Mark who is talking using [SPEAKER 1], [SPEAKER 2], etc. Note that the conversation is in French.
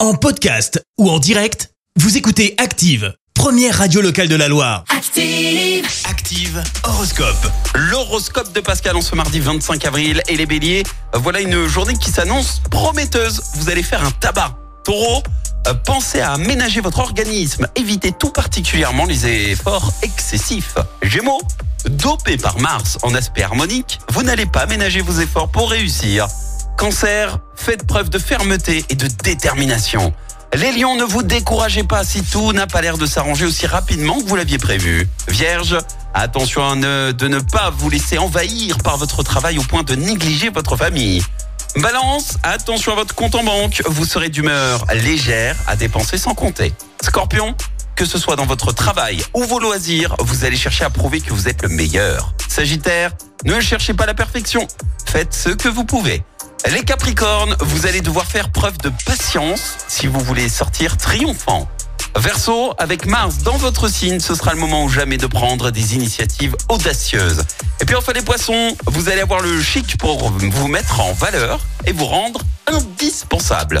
[SPEAKER 1] En podcast ou en direct, vous écoutez Active, première radio locale de la Loire.
[SPEAKER 2] Active.
[SPEAKER 1] Active Horoscope.
[SPEAKER 3] L'horoscope de Pascal en ce mardi 25 avril et les béliers, euh, voilà une journée qui s'annonce prometteuse. Vous allez faire un tabac. Taureau, euh, pensez à aménager votre organisme, évitez tout particulièrement les efforts excessifs. Gémeaux, dopé par Mars en aspect harmonique, vous n'allez pas aménager vos efforts pour réussir. Cancer, faites preuve de fermeté et de détermination. Les lions, ne vous découragez pas si tout n'a pas l'air de s'arranger aussi rapidement que vous l'aviez prévu. Vierge, attention à ne- de ne pas vous laisser envahir par votre travail au point de négliger votre famille. Balance, attention à votre compte en banque, vous serez d'humeur légère à dépenser sans compter. Scorpion, que ce soit dans votre travail ou vos loisirs, vous allez chercher à prouver que vous êtes le meilleur. Sagittaire, ne cherchez pas la perfection, faites ce que vous pouvez. Les Capricornes, vous allez devoir faire preuve de patience si vous voulez sortir triomphant. Verseau, avec Mars dans votre signe, ce sera le moment ou jamais de prendre des initiatives audacieuses. Et puis enfin les poissons, vous allez avoir le chic pour vous mettre en valeur et vous rendre indispensable.